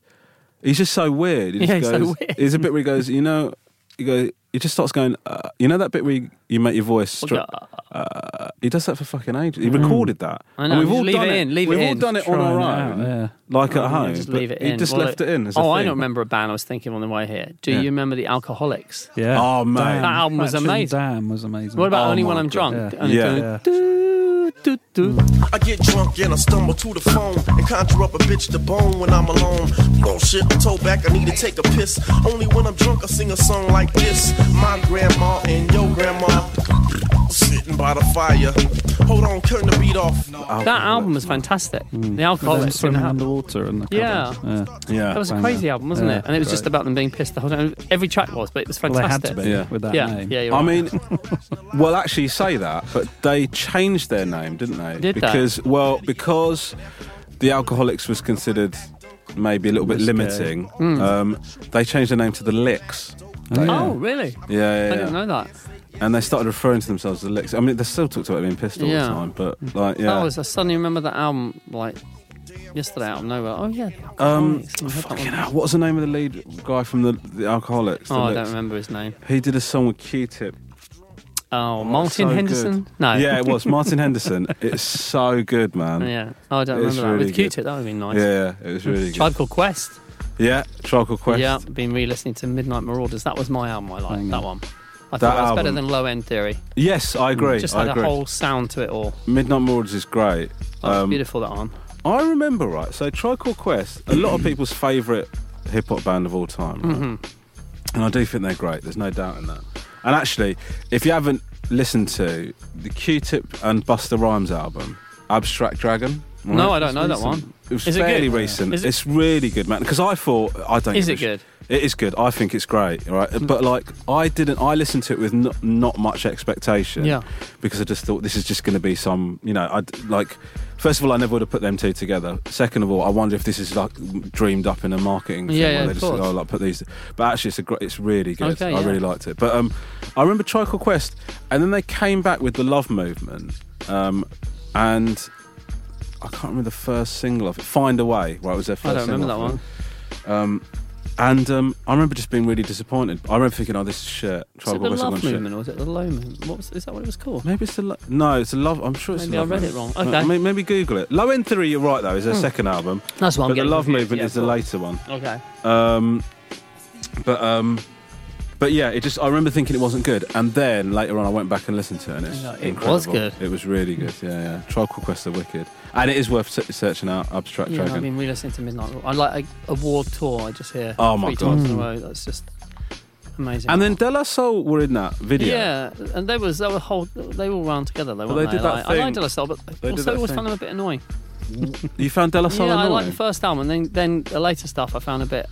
he's just so weird. He just [laughs] Yeah, he's so goes, weird. There's a bit where he goes, you know, he goes, he just starts going, uh, you know that bit where you, you make your voice. Stri- uh, he does that for fucking ages. He recorded that. Mm. I And know, we've just all leave done it it. in, leave it we've all in. done it on Trying our it own, out, yeah. like at home. just but leave it He in. just Well, left it in. as a oh, I thing. don't remember a band I was thinking on the way here. Do Yeah. you remember the Alcoholics? Yeah. Oh, man. Damn. That album was Action amazing. Damn was amazing. What about Oh only when my I'm God. drunk? Yeah. And Yeah. doing Yeah. doo, doo, doo. I get drunk and I stumble to the phone and conjure up a bitch to bone when I'm alone. Bullshit, I told back I need to take a piss. Only when I'm drunk I sing a song like this. My grandma and your grandma sitting by the fire. Hold on, turn the beat off. That album was fantastic. Mm. The Them Alcoholics. in swimming the house. underwater and the Yeah. cupboard. yeah. Yeah. That was a Banger. crazy album, wasn't Yeah, it? And it was just great. about them being pissed the whole time. Every track was, but it was Well, they had to fantastic. be Yeah. with that yeah, name. yeah, you're I right. mean, [laughs] well, actually, you say that, but they changed their name, didn't they? Did they? because well, because the Alcoholics was considered maybe a little bit Risque. limiting. Hmm. Um, they changed their name to the Licks. Oh, yeah. Oh, really? Yeah, yeah, I yeah. didn't know that. And they started referring to themselves as the Licks. I mean, they still talked about being pissed all Yeah. the time, but like, yeah. That was. Oh, I suddenly remember that album like yesterday out of nowhere. Oh yeah. the um, Alcoholics. I heard that fucking one. hell, what's the name of the lead guy from the, the Alcoholics? The Oh, I Licks? don't remember his name. He did a song with Q-Tip. Oh, so Martin Henderson. good. No. Yeah, it was Martin Henderson. It's so good, man. [laughs] Yeah. Oh, I don't It's remember that. really With good. Q-Tip, that would be nice. Yeah, it was really good. Tribe Called Quest. Yeah, Charcoal Quest. Yeah, been re-listening to Midnight Marauders. That was my album I liked. That one. I That thought that was better album. than Low End Theory. Yes, I agree. Mm. Just I had agree. a whole sound to it all. Midnight Marauders is great. That was Um, beautiful. That one. I remember right. So Tricore Quest, a Mm. lot of people's favourite hip hop band of all time, right? Mm-hmm. and I do think they're great. There's no doubt in that. And actually, if you haven't listened to the Q-Tip and Buster Rhymes album, Abstract Dragon. No, I don't know that one. It was Is it fairly good? recent. Is it- it's really good, man. Because I thought I don't. Is give a it sh- It is good. I think it's great. Right, but like I didn't. I listened to it with not, not much expectation. Yeah. Because I just thought this is just going to be some. You know, I like. First of all, I never would have put them two together. Second of all, I wonder if this is like dreamed up in a marketing thing Yeah, where yeah, they of just said, course. oh, like put these. But actually, it's a great. It's really good. Okay, I yeah. really liked it. But um, I remember Tricycle Quest, and then they came back with the Love Movement, um, and I can't remember the first single of it. Find a Way, right? Was their first I don't remember single off that it. one. And um, I remember just being really disappointed. I remember thinking, "Oh, this is shit." Was it Tribal the West have gone Love shit. Movement or was it the Low Movement? What was, is that what it was called? Maybe it's the lo- no. It's a love. I'm sure it's the Maybe I love. read it Movement. wrong. Okay. No, Hmm. may- maybe Google it. Low End Theory. You're right though. Is their second album. That's what I'm But the getting Love confused, Movement yeah, is the cool. later one. Okay. Um, but um, but yeah, it just I remember thinking it wasn't good, and then later on I went back and listened to it, and it's Yeah, it incredible. was good. It was really good. Yeah, yeah. Trial Called Quest are wicked, and it is worth se- searching out Abstract Yeah, Dragon. I've been re-listening to Midnight. Oil. I like a, a war tour. I just hear. Oh my three God. Times in a row. That's just amazing. and then De La Soul were in that video. yeah, and they was they were whole they were all round together. They, Well, weren't they did they that Like, thing- I liked De La Soul, but did I that also always thing. found them a bit annoying. You found De La Soul yeah, I liked annoying? the first album, and then then the later stuff I found a bit.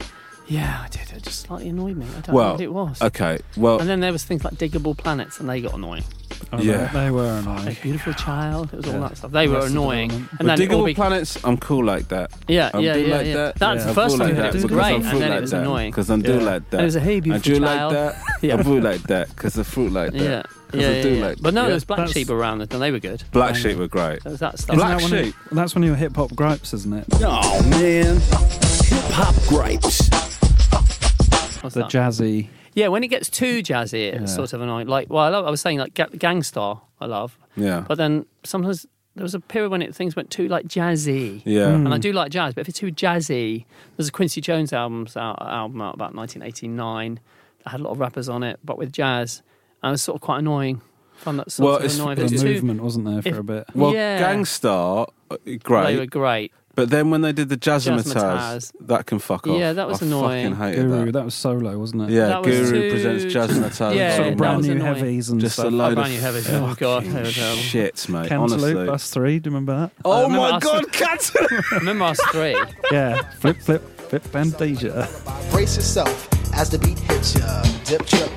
Yeah, I did. It just slightly annoyed me. I don't know well, what it was. okay. Well, And then there was things like Diggable Planets, and they got annoying. Oh, Yeah. They, they were annoying. Like Beautiful Child, it was all Yeah. that stuff. They were Arrested annoying. Development. And then Diggable Orbi- planets, I'm cool like that. Yeah, I'm yeah, do yeah, like yeah. that. That's Yeah, the I'm first cool time like I heard that it. It was because great, I'm and then it was annoying. Because I'm do Yeah. like that. And it was a hey, I beautiful do child. like that. [laughs] Yeah. I do like that. Because I fruit like that. Yeah, 'Cause yeah, I yeah, do yeah. like but no, that. there was Black That's- Sheep around it, and they were good. Black sheep were great. There was that stuff. Isn't Black that one of- Sheep. that's one of your hip hop gripes, isn't it? Oh man, hip hop gripes. What's The that? jazzy. Yeah, when it gets too jazzy, it's Yeah. sort of annoying. Like, well, I, love, I was saying, like, ga- Gangstar, I love. Yeah. But then sometimes there was a period when it, things went too, like, jazzy. Yeah. Mm. Mm. And I do like jazz, but if it's too jazzy, there's a Quincy Jones albums out, album out about 1989 that had a lot of rappers on it, but with jazz. And it was sort of quite annoying. Found that sort Well, of it's- annoying. If There was but it's a too- movement, wasn't there, for if- a bit? Well, Yeah. Gangstar, uh, They were great. great. But then when they did the Jazzmatazz, Jazzmatazz. that can fuck off. Yeah, that was I annoying. fucking hated Guru, that. that was solo, wasn't it? Yeah, That was Guru too- presents Jazzmatazz. [laughs] Yeah, Sort that of brand was new annoying. heavies and Just a stuff. load brand of new [laughs] heavy. Oh, God, they were fucking terrible. shit, mate. Cantaloupe, honestly. us three. Do you remember that? Oh remember my us- [laughs] God, Cantaloupe! Remember us three? [laughs] yeah. Flip, flip, flip, bandasia. Brace yourself as the beat hits ya. Dip, trip,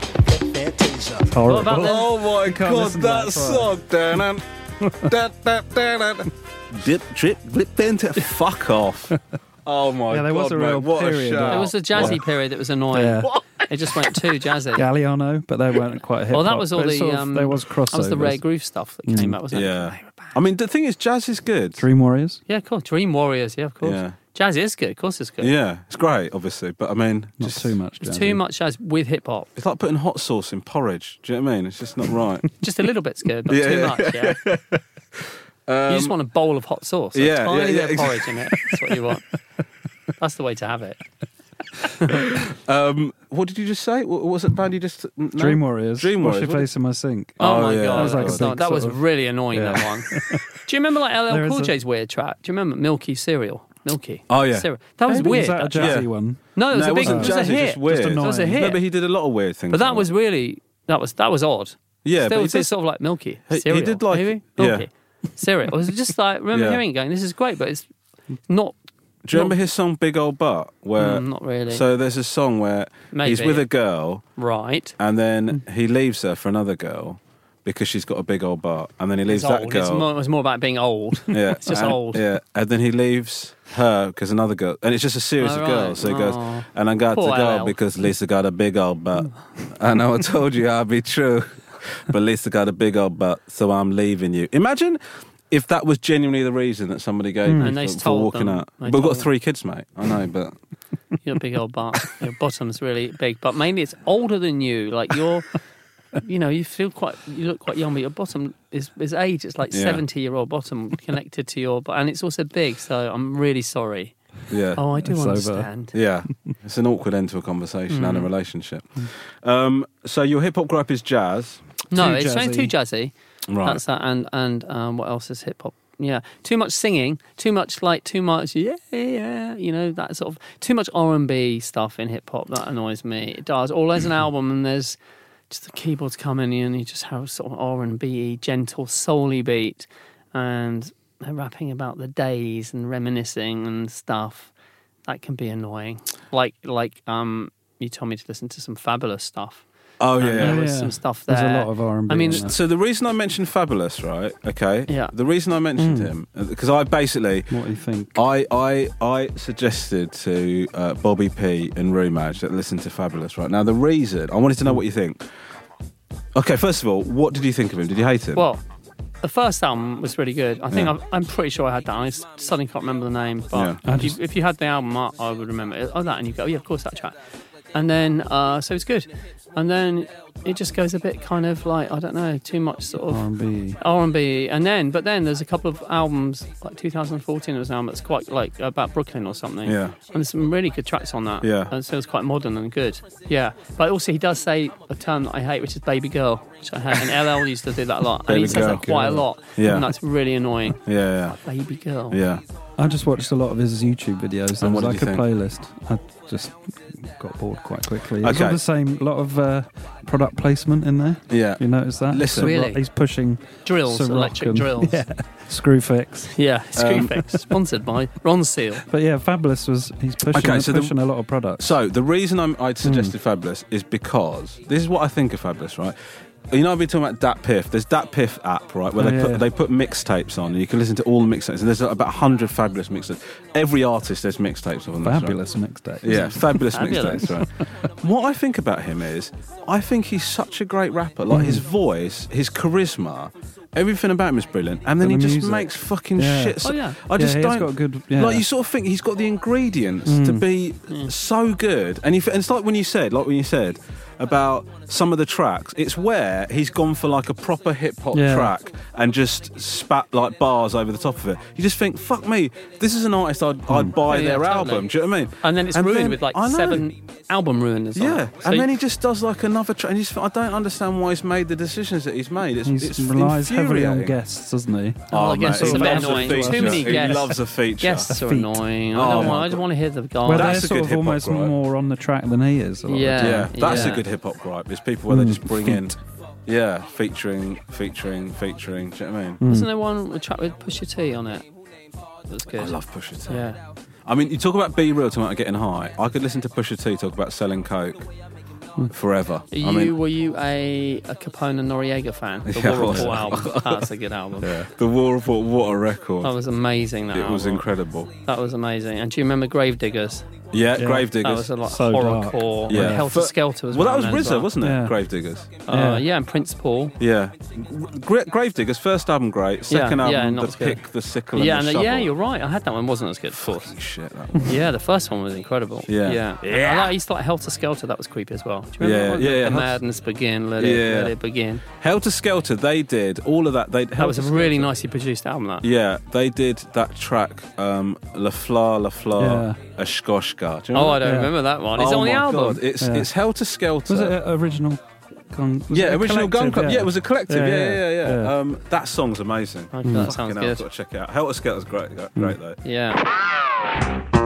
fantasia. Horrible. about them? Oh my can't god, listen to that that far. song! Dun-dun, dun, dun, dun, dun. Dip, drip, blip, [laughs] into fuck off. Oh my Yeah, there god, was a mate, real what a period of- shout. It was a jazzy Yeah. period that was annoying. Yeah. It just went too jazzy. Galliano, but they weren't quite hip Well, that was all the um, there was crossover. That was the rare groove stuff that Mm. came out, wasn't it? Yeah. I mean, the thing is, jazz is good. Dream Warriors. Yeah, cool. Dream Warriors. Yeah, of course. Yeah. Jazz is good. Of course, it's good. Yeah, it's great, obviously, but I mean, Not just too much. It's jazzy. too much jazz with hip hop. It's like putting hot sauce in porridge. Do you know what I mean? It's just not [laughs] right. Just a little bit's good, but [laughs] Yeah, too yeah. Um, much. Yeah. you just want a bowl of hot sauce. A yeah, yeah, tiny yeah, bit of exactly. porridge in it. That's what you want. That's the way to have it. um, what did you just say? What what was it band you just? no? Dream Warriors. Dream Wash Warriors. your face in my sink. Oh, Oh, my yeah, that god, was that was, like a big that was sort of- really annoying. That [laughs] one. Do you remember like There LL is Cool a- J's weird track? Do you remember Milky Cereal? Milky. Oh, yeah. Cereal. That was Maybe- weird. Was that a actually. jazzy Yeah. one? No, it was no, a big. it It wasn't was a jazzy, hit. just weird. Just It was a annoying. hit. No, but he did a lot of weird things. But that on was it. really that was that was odd. Yeah, but still, he still did- sort of like milky. He- he Cereal, did like- maybe? yeah. milky cereal. I was just like remember Yeah. hearing it going, this is great, but it's not. Do you remember his song "Big Old Butt"? Where Mm, not really. So there's a song where he's Maybe. Mm. with a girl, right? and then he leaves her for another girl because she's got a big old butt, and then he leaves It's that old. girl. It's more, it's more about [laughs] being old. yeah, [laughs] it's just and, old. Yeah, and then he leaves her because another girl, and it's just a series of Alright. girls. So he goes, Aw. and I got Poor Mm. to go LL. because Lisa got a big old butt. [laughs] I [laughs] know I told you I'd be true, [laughs] but Lisa got a big old butt, so I'm leaving you. Imagine. If that was genuinely the reason that somebody gave me Mm. And they for, for told walking them. out, They we've got told them. three kids, mate. I know, but Your big old butt. Your bottom's really big, but mainly it's older than you. Like you're. You know, you feel quite, you look quite young, but your bottom is, is age. It's like Yeah. seventy-year-old bottom connected to your, butt, and it's also big. So I'm really sorry. yeah. Oh, I do It's over. understand. Yeah, it's an awkward end to a conversation and Mm. a relationship. Um, so your hip hop group is jazz, No, Too it's going too jazzy. right? That's that. And and um, what else is hip hop? Yeah, too much singing, too much like too much yeah yeah. You know that sort of too much R and B stuff in hip hop that annoys me. It does. Or there's an album and there's just the keyboards coming in and you just have sort of R and B gentle souly beat and they're rapping about the days and reminiscing and stuff. That can be annoying. Like like um, you told me to listen to some fabulous stuff. Oh And yeah, yeah. there was Yeah. some stuff there. There's a lot of R&B I mean, in there. So the reason I mentioned Fabulous, right? Okay. Yeah. The reason I mentioned Mm. him because I basically What do you think? I I I suggested to uh, Bobby P and Rumage that listen to Fabulous, right? Now the reason I wanted to know what you think. Okay, first of all, what did you think of him? Did you hate him? Well, the first album was really good. I think Yeah. I've, I'm pretty sure I had that. I s- suddenly can't remember the name, Yeah. but I if, just- you, if you had the album, I, I would remember it. Oh, that, and you go, yeah, of course, that track. And then, uh, so it's good. And then it just goes a bit kind of like I don't know, too much sort Oh, of R&B. R&B, and then but then there's a couple of albums like 2014 was an album that's quite like about Brooklyn or something. Yeah. and there's some really good tracks on that. Yeah. and so it's quite modern and good. Yeah, but also he does say a term that I hate, which is baby girl, which I hate. And LL used to do that a lot, and Baby he says that girl. quite a lot. Yeah. and that's really annoying. yeah, Baby girl. yeah, yeah. I just watched a lot of his YouTube videos. There And what was like did you a think? playlist. I just got bored quite quickly. It's Okay. all the same. A lot of uh, product placement in there. Yeah. You notice that? Listen. So, like, Really? he's pushing Drills, Ciroc electric and- [laughs] drills. Yeah. Screwfix. Yeah, Um, Screwfix, sponsored by Ron Seal. But yeah, Fabulous was he's pushing, Okay, so the- pushing a lot of products. So the reason I'm, I'd suggested Hmm. Fabulous is because this is what I think of Fabulous, right? You know, I've been talking about Dat Piff. There's Dat Piff app, right, where Oh, they yeah, put yeah. they put mixtapes on, and you can listen to all the mixtapes. And there's about hundred fabulous mixtapes. Every artist there's mixtapes of. on this, right? Fabulous mixtape. Yeah, fabulous Fabulous. mixtapes, right? what I think about him is, I think he's such a great rapper. Like Mm. his voice, his charisma, everything about him is brilliant. And then And he the just music. makes fucking Yeah. shit. Oh, yeah. I just Yeah, he's don't. got a good- yeah. Mm. Like you sort of think he's got the ingredients to be so good, and, you, f- and it's like when you said, like when you said about some of the tracks, it's where he's gone for like a proper hip hop Yeah. track and just spat like bars over the top of it. You just think, fuck me, this is an artist I'd, Mm. I'd buy Yeah, their totally. album. Do you know what I mean? And then it's ruined then- with like I know. seven album ruiners. on Yeah, it. So and then you- he just does like another track. And he's, I don't understand why he's made the decisions that he's made. It's, He's it's relies heavily on infuriating. guests, doesn't he? Oh, I mate, guess it's he a bit loves annoying. feature. Too many he guests. loves a feature. Guests are Feet. annoying. Oh I don't my want. I God. just want to hear the guy. Well, they're that's a sort good of hip-hop almost guy. more on the track than he is. a lot of the Yeah. time. Yeah, that's yeah. a good hip hop gripe. It's people where they just Mm. bring in, yeah, featuring, featuring, featuring. Do you know what I mean? Isn't there one with track with Pusha T on it? That's good. I love Pusha T. Mm. Yeah. I mean, you talk about be real talking about getting high. I could listen to Pusha T talk about selling coke forever. Mm. You I mean, were you a, a Capone and Noriega fan? The Yeah, I War was. of War album. [laughs] That's a good album. yeah. the War of What, what a record! That was amazing. That it was album. incredible. That was amazing. And do you remember Gravediggers? Yeah, Yeah. Gravediggers. That was a lot So dark. horrorcore. Yeah. And Helter But- Skelter was well, that was around then as RZA, well. wasn't it? Yeah. Gravediggers. Uh, Yeah. yeah, and Prince Paul. Yeah. Gra- Gravediggers, first album great, Yeah, second yeah, album not The as good. Pick, The Sickle and Yeah, and The the- Shovel. yeah, you're right. I had that one. Wasn't as good, of course. Fucking [laughs] shit, that one. Yeah, the first one was incredible. Yeah. yeah. Yeah. I like, I used to like Helter Skelter. That was creepy as well. Do you remember Yeah, that one? yeah, yeah. The madness begin. Let Yeah. it, let it begin. Helter Skelter, they did all of that. They That was a really nicely produced album. That. Yeah, they did that track, um, La Fla, La Fla, Ashkoshka. Do you Oh, I remember that? don't Yeah. remember that one. It's Oh on the my album. God, It's, Yeah. it's Helter Skelter. Was it a- original? Gun, was yeah, it a original collective? Gun Club. Yeah. it was a collective. Yeah, yeah, yeah. yeah. yeah. Um, that song's amazing. Mm. Okay, that Fucking sounds hell, I've good. Mm. got to check it out. Helter Skelter's great, great though. Yeah.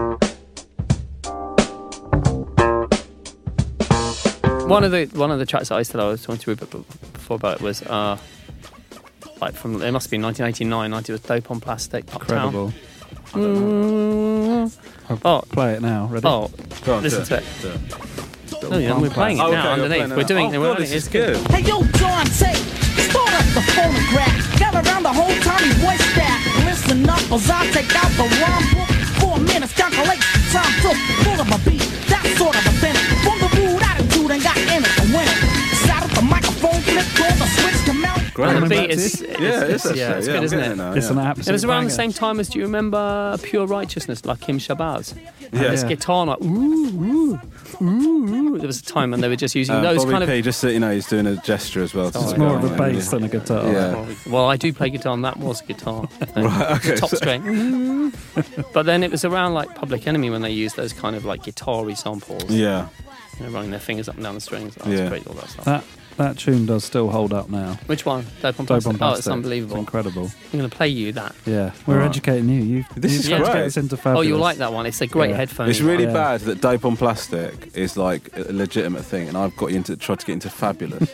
One of the one of the tracks that I said I was talking to Rupert b- before about it was uh, like from it must be 1989. 90 was Dope on Plastic. Uptown. Incredible. Oh, Play it now. Ready? oh, Go on, Listen do to Do it. no, yeah, we're playing it Oh, okay, now you're underneath. playing it We're now. doing Oh, it. We're God, running this it. is It's good. Hey yo, John, say, start up the phonograph. Gather around the whole Tommy voice stack. Listen up as I take out the rhyme book. Four minutes, calculate the time took. Full of a beat, that sort of a thing. From the rude attitude and got in it to win it. Sat up the microphone, flip on the switch to mount. Great. And the Coming back beat to is you? it's, Yeah, it is it's, yeah, actually, it's yeah, good, I'm isn't getting it? it now. It's an Yeah. absolute. It was around the banger. same time as, do you remember uh, Pure Righteousness, like Kim Shabazz? Yeah. Yeah. This Yeah. guitar, like, ooh, ooh, ooh, ooh. There was a time when they were just using Uh, those Bobby kind P, of. just so you know, he's doing a gesture as well. It's more of a bass than a guitar. Yeah. Oh, Well, I do play guitar, and that [laughs] was guitar. The top string. [laughs] but then it was around like Public Enemy when they used those kind of like guitar samples, Yeah. you know, running their fingers up and down the strings. That Yeah. was great, all that stuff. That that tune does still hold up now. Which one? Dope on Dope Plastic. on Oh, Plastic. it's unbelievable. It's incredible. I'm going to play you that. Yeah, we're Alright. educating you. you This you is educate great. us into Oh, you'll fabulous. like that one. It's a great Yeah. headphone. It's really Yeah. bad that dope on plastic is like a legitimate thing, and I've got you into tried to get into [laughs] fabulous.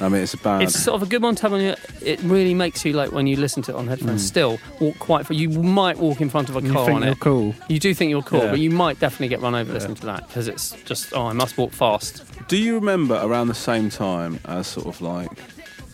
I mean, it's bad. It's sort of a good one to have on your. It really makes you like when you listen to it on Mm. headphones. Still walk quite. far. You might walk in front of a You car think on you're it. cool? You do think you're cool, Yeah. but you might definitely get run over listening to that because it's just oh, I must walk fast. Do you remember around the same time as sort of like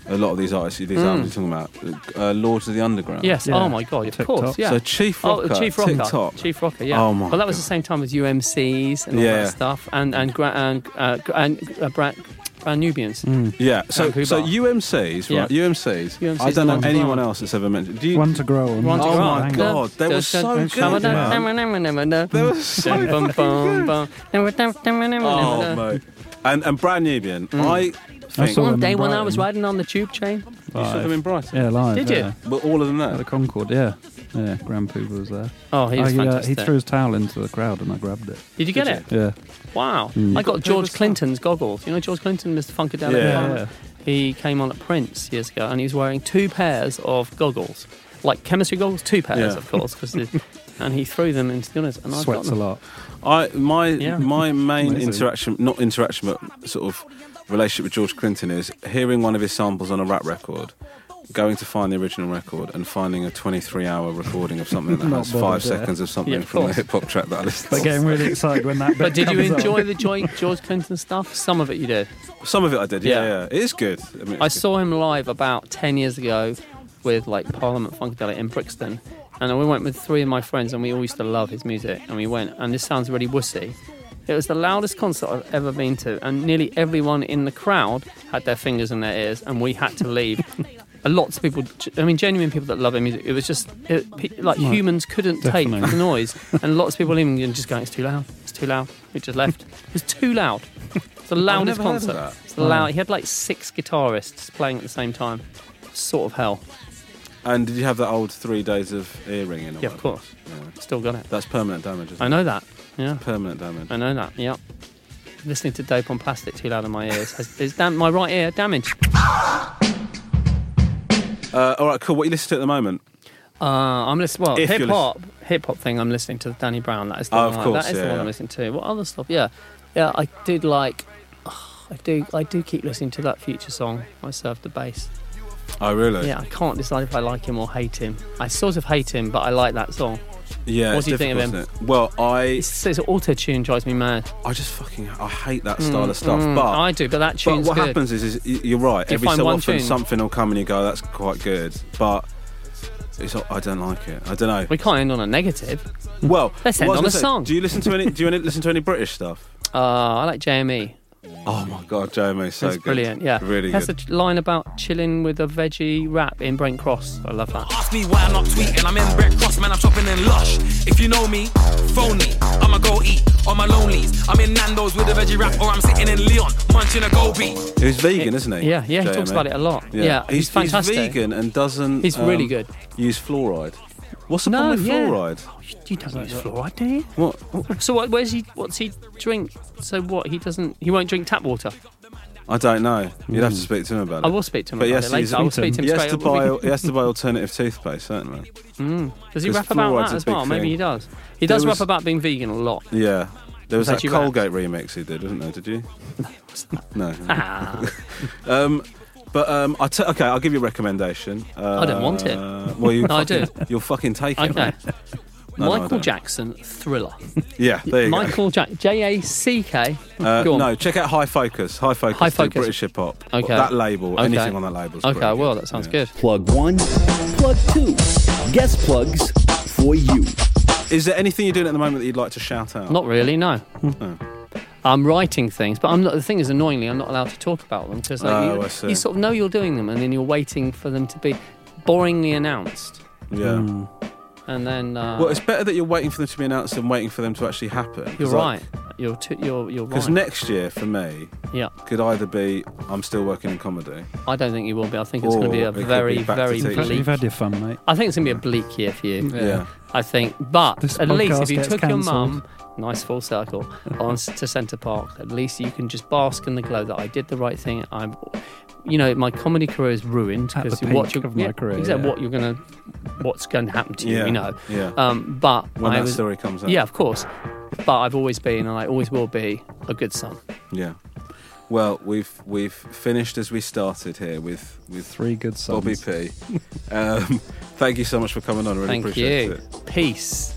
a lot of these artists, these albums you're talking about, uh, Lords of the Underground? Yes. Yeah. Oh my god. Of TikTok. course. Yeah. So Chief Rocker, oh, Chief Rocker. TikTok. Chief Rocker. Yeah. Oh my But that was God. the same time as UMCs and all Yeah. that stuff, and and gra- and uh, Gra- and uh, Brand Brand Nubians. Yeah. So, Vancouver. so UMCs, right? Yeah. UMCs. UMCs I don't are know the anyone ones. else that's ever mentioned. Do you? [laughs] One to grow on. Run to Oh Grow. my God, they were so good, man. They were so oh, good. mate. And and Brand Nubian. I think. saw One them day in when I was Brighton. riding on the tube train, You saw them in Brighton. Yeah, live. Did you? yeah. But all of them At the there. Concord, yeah. Yeah, Grand Pooba was there. oh, he was I, uh, fantastic. he threw his towel into the crowd and I grabbed it. Did you get it? Yeah. Mm. Wow. I got George Clinton's goggles. You know George Clinton, Mr. Funkadelic? Yeah. guy? He came on at Prince years ago and he was wearing two pairs of goggles. Like chemistry goggles, two pairs, Yeah. of course. [laughs] 'cause the- and he threw them into the audience. And I've got Sweats a them. lot. I my Yeah. my main Amazing. interaction, not interaction, but sort of relationship with George Clinton is hearing one of his samples on a rap record, going to find the original record, and finding a 23-hour recording of something that Not has bothered, five yeah. seconds of something Yeah, of from the course. hip hop track that I listened But to. getting really excited when that. bit But did you comes enjoy on. the Joy- George Clinton stuff? Some of it you did. Some of it I did. Yeah, Yeah. yeah. It is good. I, mean, I it's saw him live about 10 years ago with like Parliament Funkadelic in Brixton. And we went with three of my friends and we all used to love his music. And we went, and this sounds really wussy. It was the loudest concert I've ever been to. And nearly everyone in the crowd had their fingers in their ears, and we had to leave. A Lots of people, I mean, genuine people that love their music. It was just it, pe- like humans couldn't take Deafening. the [laughs] noise, and lots of people even just going, "It's too loud. It's too loud." We just left. It was too loud. It's the loudest never heard of concert. that. It's the loud. He had like six guitarists playing at the same time. Sort of hell. good. And did you have that old three days of earring in? or Yeah, of whatever? course. Still got it. That's permanent damage. Isn't I know that. Yeah, It? Permanent damage. I know that. Yep. Listening to dope on plastic too loud in my ears has is dam- my right ear damaged. Uh, all right, cool. What you listen to at the moment? Uh, I'm listening. Well, If you're hip hop, hip hop thing. I'm listening to Danny Brown. That is the Oh, one of I- course, that is yeah, the one yeah. I'm listening to. What other stuff? Yeah, yeah. I did like. [sighs] I do. I do keep listening to that future song. I served the bass. Oh, really? Yeah, I can't decide if I like him or hate him. I sort of hate him, but I like that song. Yeah. What it's do you think of difficult, isn't it? Well, I It's, it's auto tune drives me mad. I just fucking I hate that style of stuff. Mm, but I do, but that But tune's what good. happens is, is y- you're right. Do you Every find so one often, tune? something will come and you go, "That's quite good," but it's I don't like it. I don't know. We can't end on a negative. Well, Let's what end I was on gonna a say, song. Do you listen to any? Do you listen to any British stuff? Uh, I like JME. Oh my god, Jamie's so That's good. brilliant. Yeah, really He has good. a line about chilling with a veggie wrap in Brent Cross. I love that. Ask me why I'm not tweeting. I'm in Brett Cross, man. I'm shopping in Lush. If you know me, phone me. I'ma go eat on my lonelies. I'm in Nando's with a veggie wrap, or I'm sitting in Leon munching a gobi. He's vegan, isn't he? Yeah, yeah, he talks JME. about it a lot. Yeah, he's fantastic. He's vegan and doesn't. um, He's really good. Use fluoride. What's the No, problem with yeah. fluoride? You don't use fluoride, do you? What? what- So what? Where's he? What's he drink? So what? He doesn't. He won't drink tap water. I don't know. You'd have to speak to him about it. Hmm. I will speak to him But about yes, it he's- later. I will speak to him He has straight to buy. he has to [laughs] buy alternative toothpaste, certainly. Does 'Cause he rap about fluoride's a that as well? big Maybe thing. he does. He There does was- rap about being vegan [laughs] a lot. Yeah. There was Was that that you Colgate remix he did, wasn't there? Did you? No. [laughs] Ah, [laughs] um, but um, I t- okay, I'll give you a recommendation. Uh, I don't want it. Well, you [laughs] No, I do. fucking- You'll fucking take it. okay. No, no, I Michael don't. Jackson thriller. Yeah, there you Michael Jack J A C K. go. Uh, Go on. no, check out High Focus. High Focus. High do Focus. British hip hop. Okay. That label. Okay. Anything on that label. Okay, well that sounds good. Plug one, plug two. Guest plugs for you. Is there anything you're doing at the moment that you'd like to shout out? Not really, no. Hmm. I'm writing things, but I'm not, the thing is, annoyingly, I'm not allowed to talk about them because like, Oh, you, I see. you sort of know you're doing them, and then you're waiting for them to be boringly announced, Yeah. and uh, then uh, Well, it's better that you're waiting for them to be announced than waiting for them to actually happen. 'Cause, you're like, right. You're too, you're you're Because right. next year for me yeah, could either be I'm still working in comedy. I don't think you will be. I think it's going Or to be Oh, it a could be very back to very teaching. Mm. bleak. You've had your fun, mate. I think it's going to be a bleak year for you. Yeah. Yeah. I think, but This at least podcast if you gets took your cancelled. mum, nice full circle, [laughs] on s- to Centre Park, at least you can just bask in the glow that I did the right thing. I'm, you know, my comedy career is ruined At because the what peak you're, of my yeah, career, exactly yeah. what you're gonna, what's going to happen to you, Yeah, you know. yeah. Um, but When I that was, story comes out. yeah, of course. But I've always been, and I always will be, a good son. Yeah. Well, we've we've finished as we started here with with Three good songs. Bobby P. um, thank you so much for coming on. I really Thank appreciate you. it. Peace.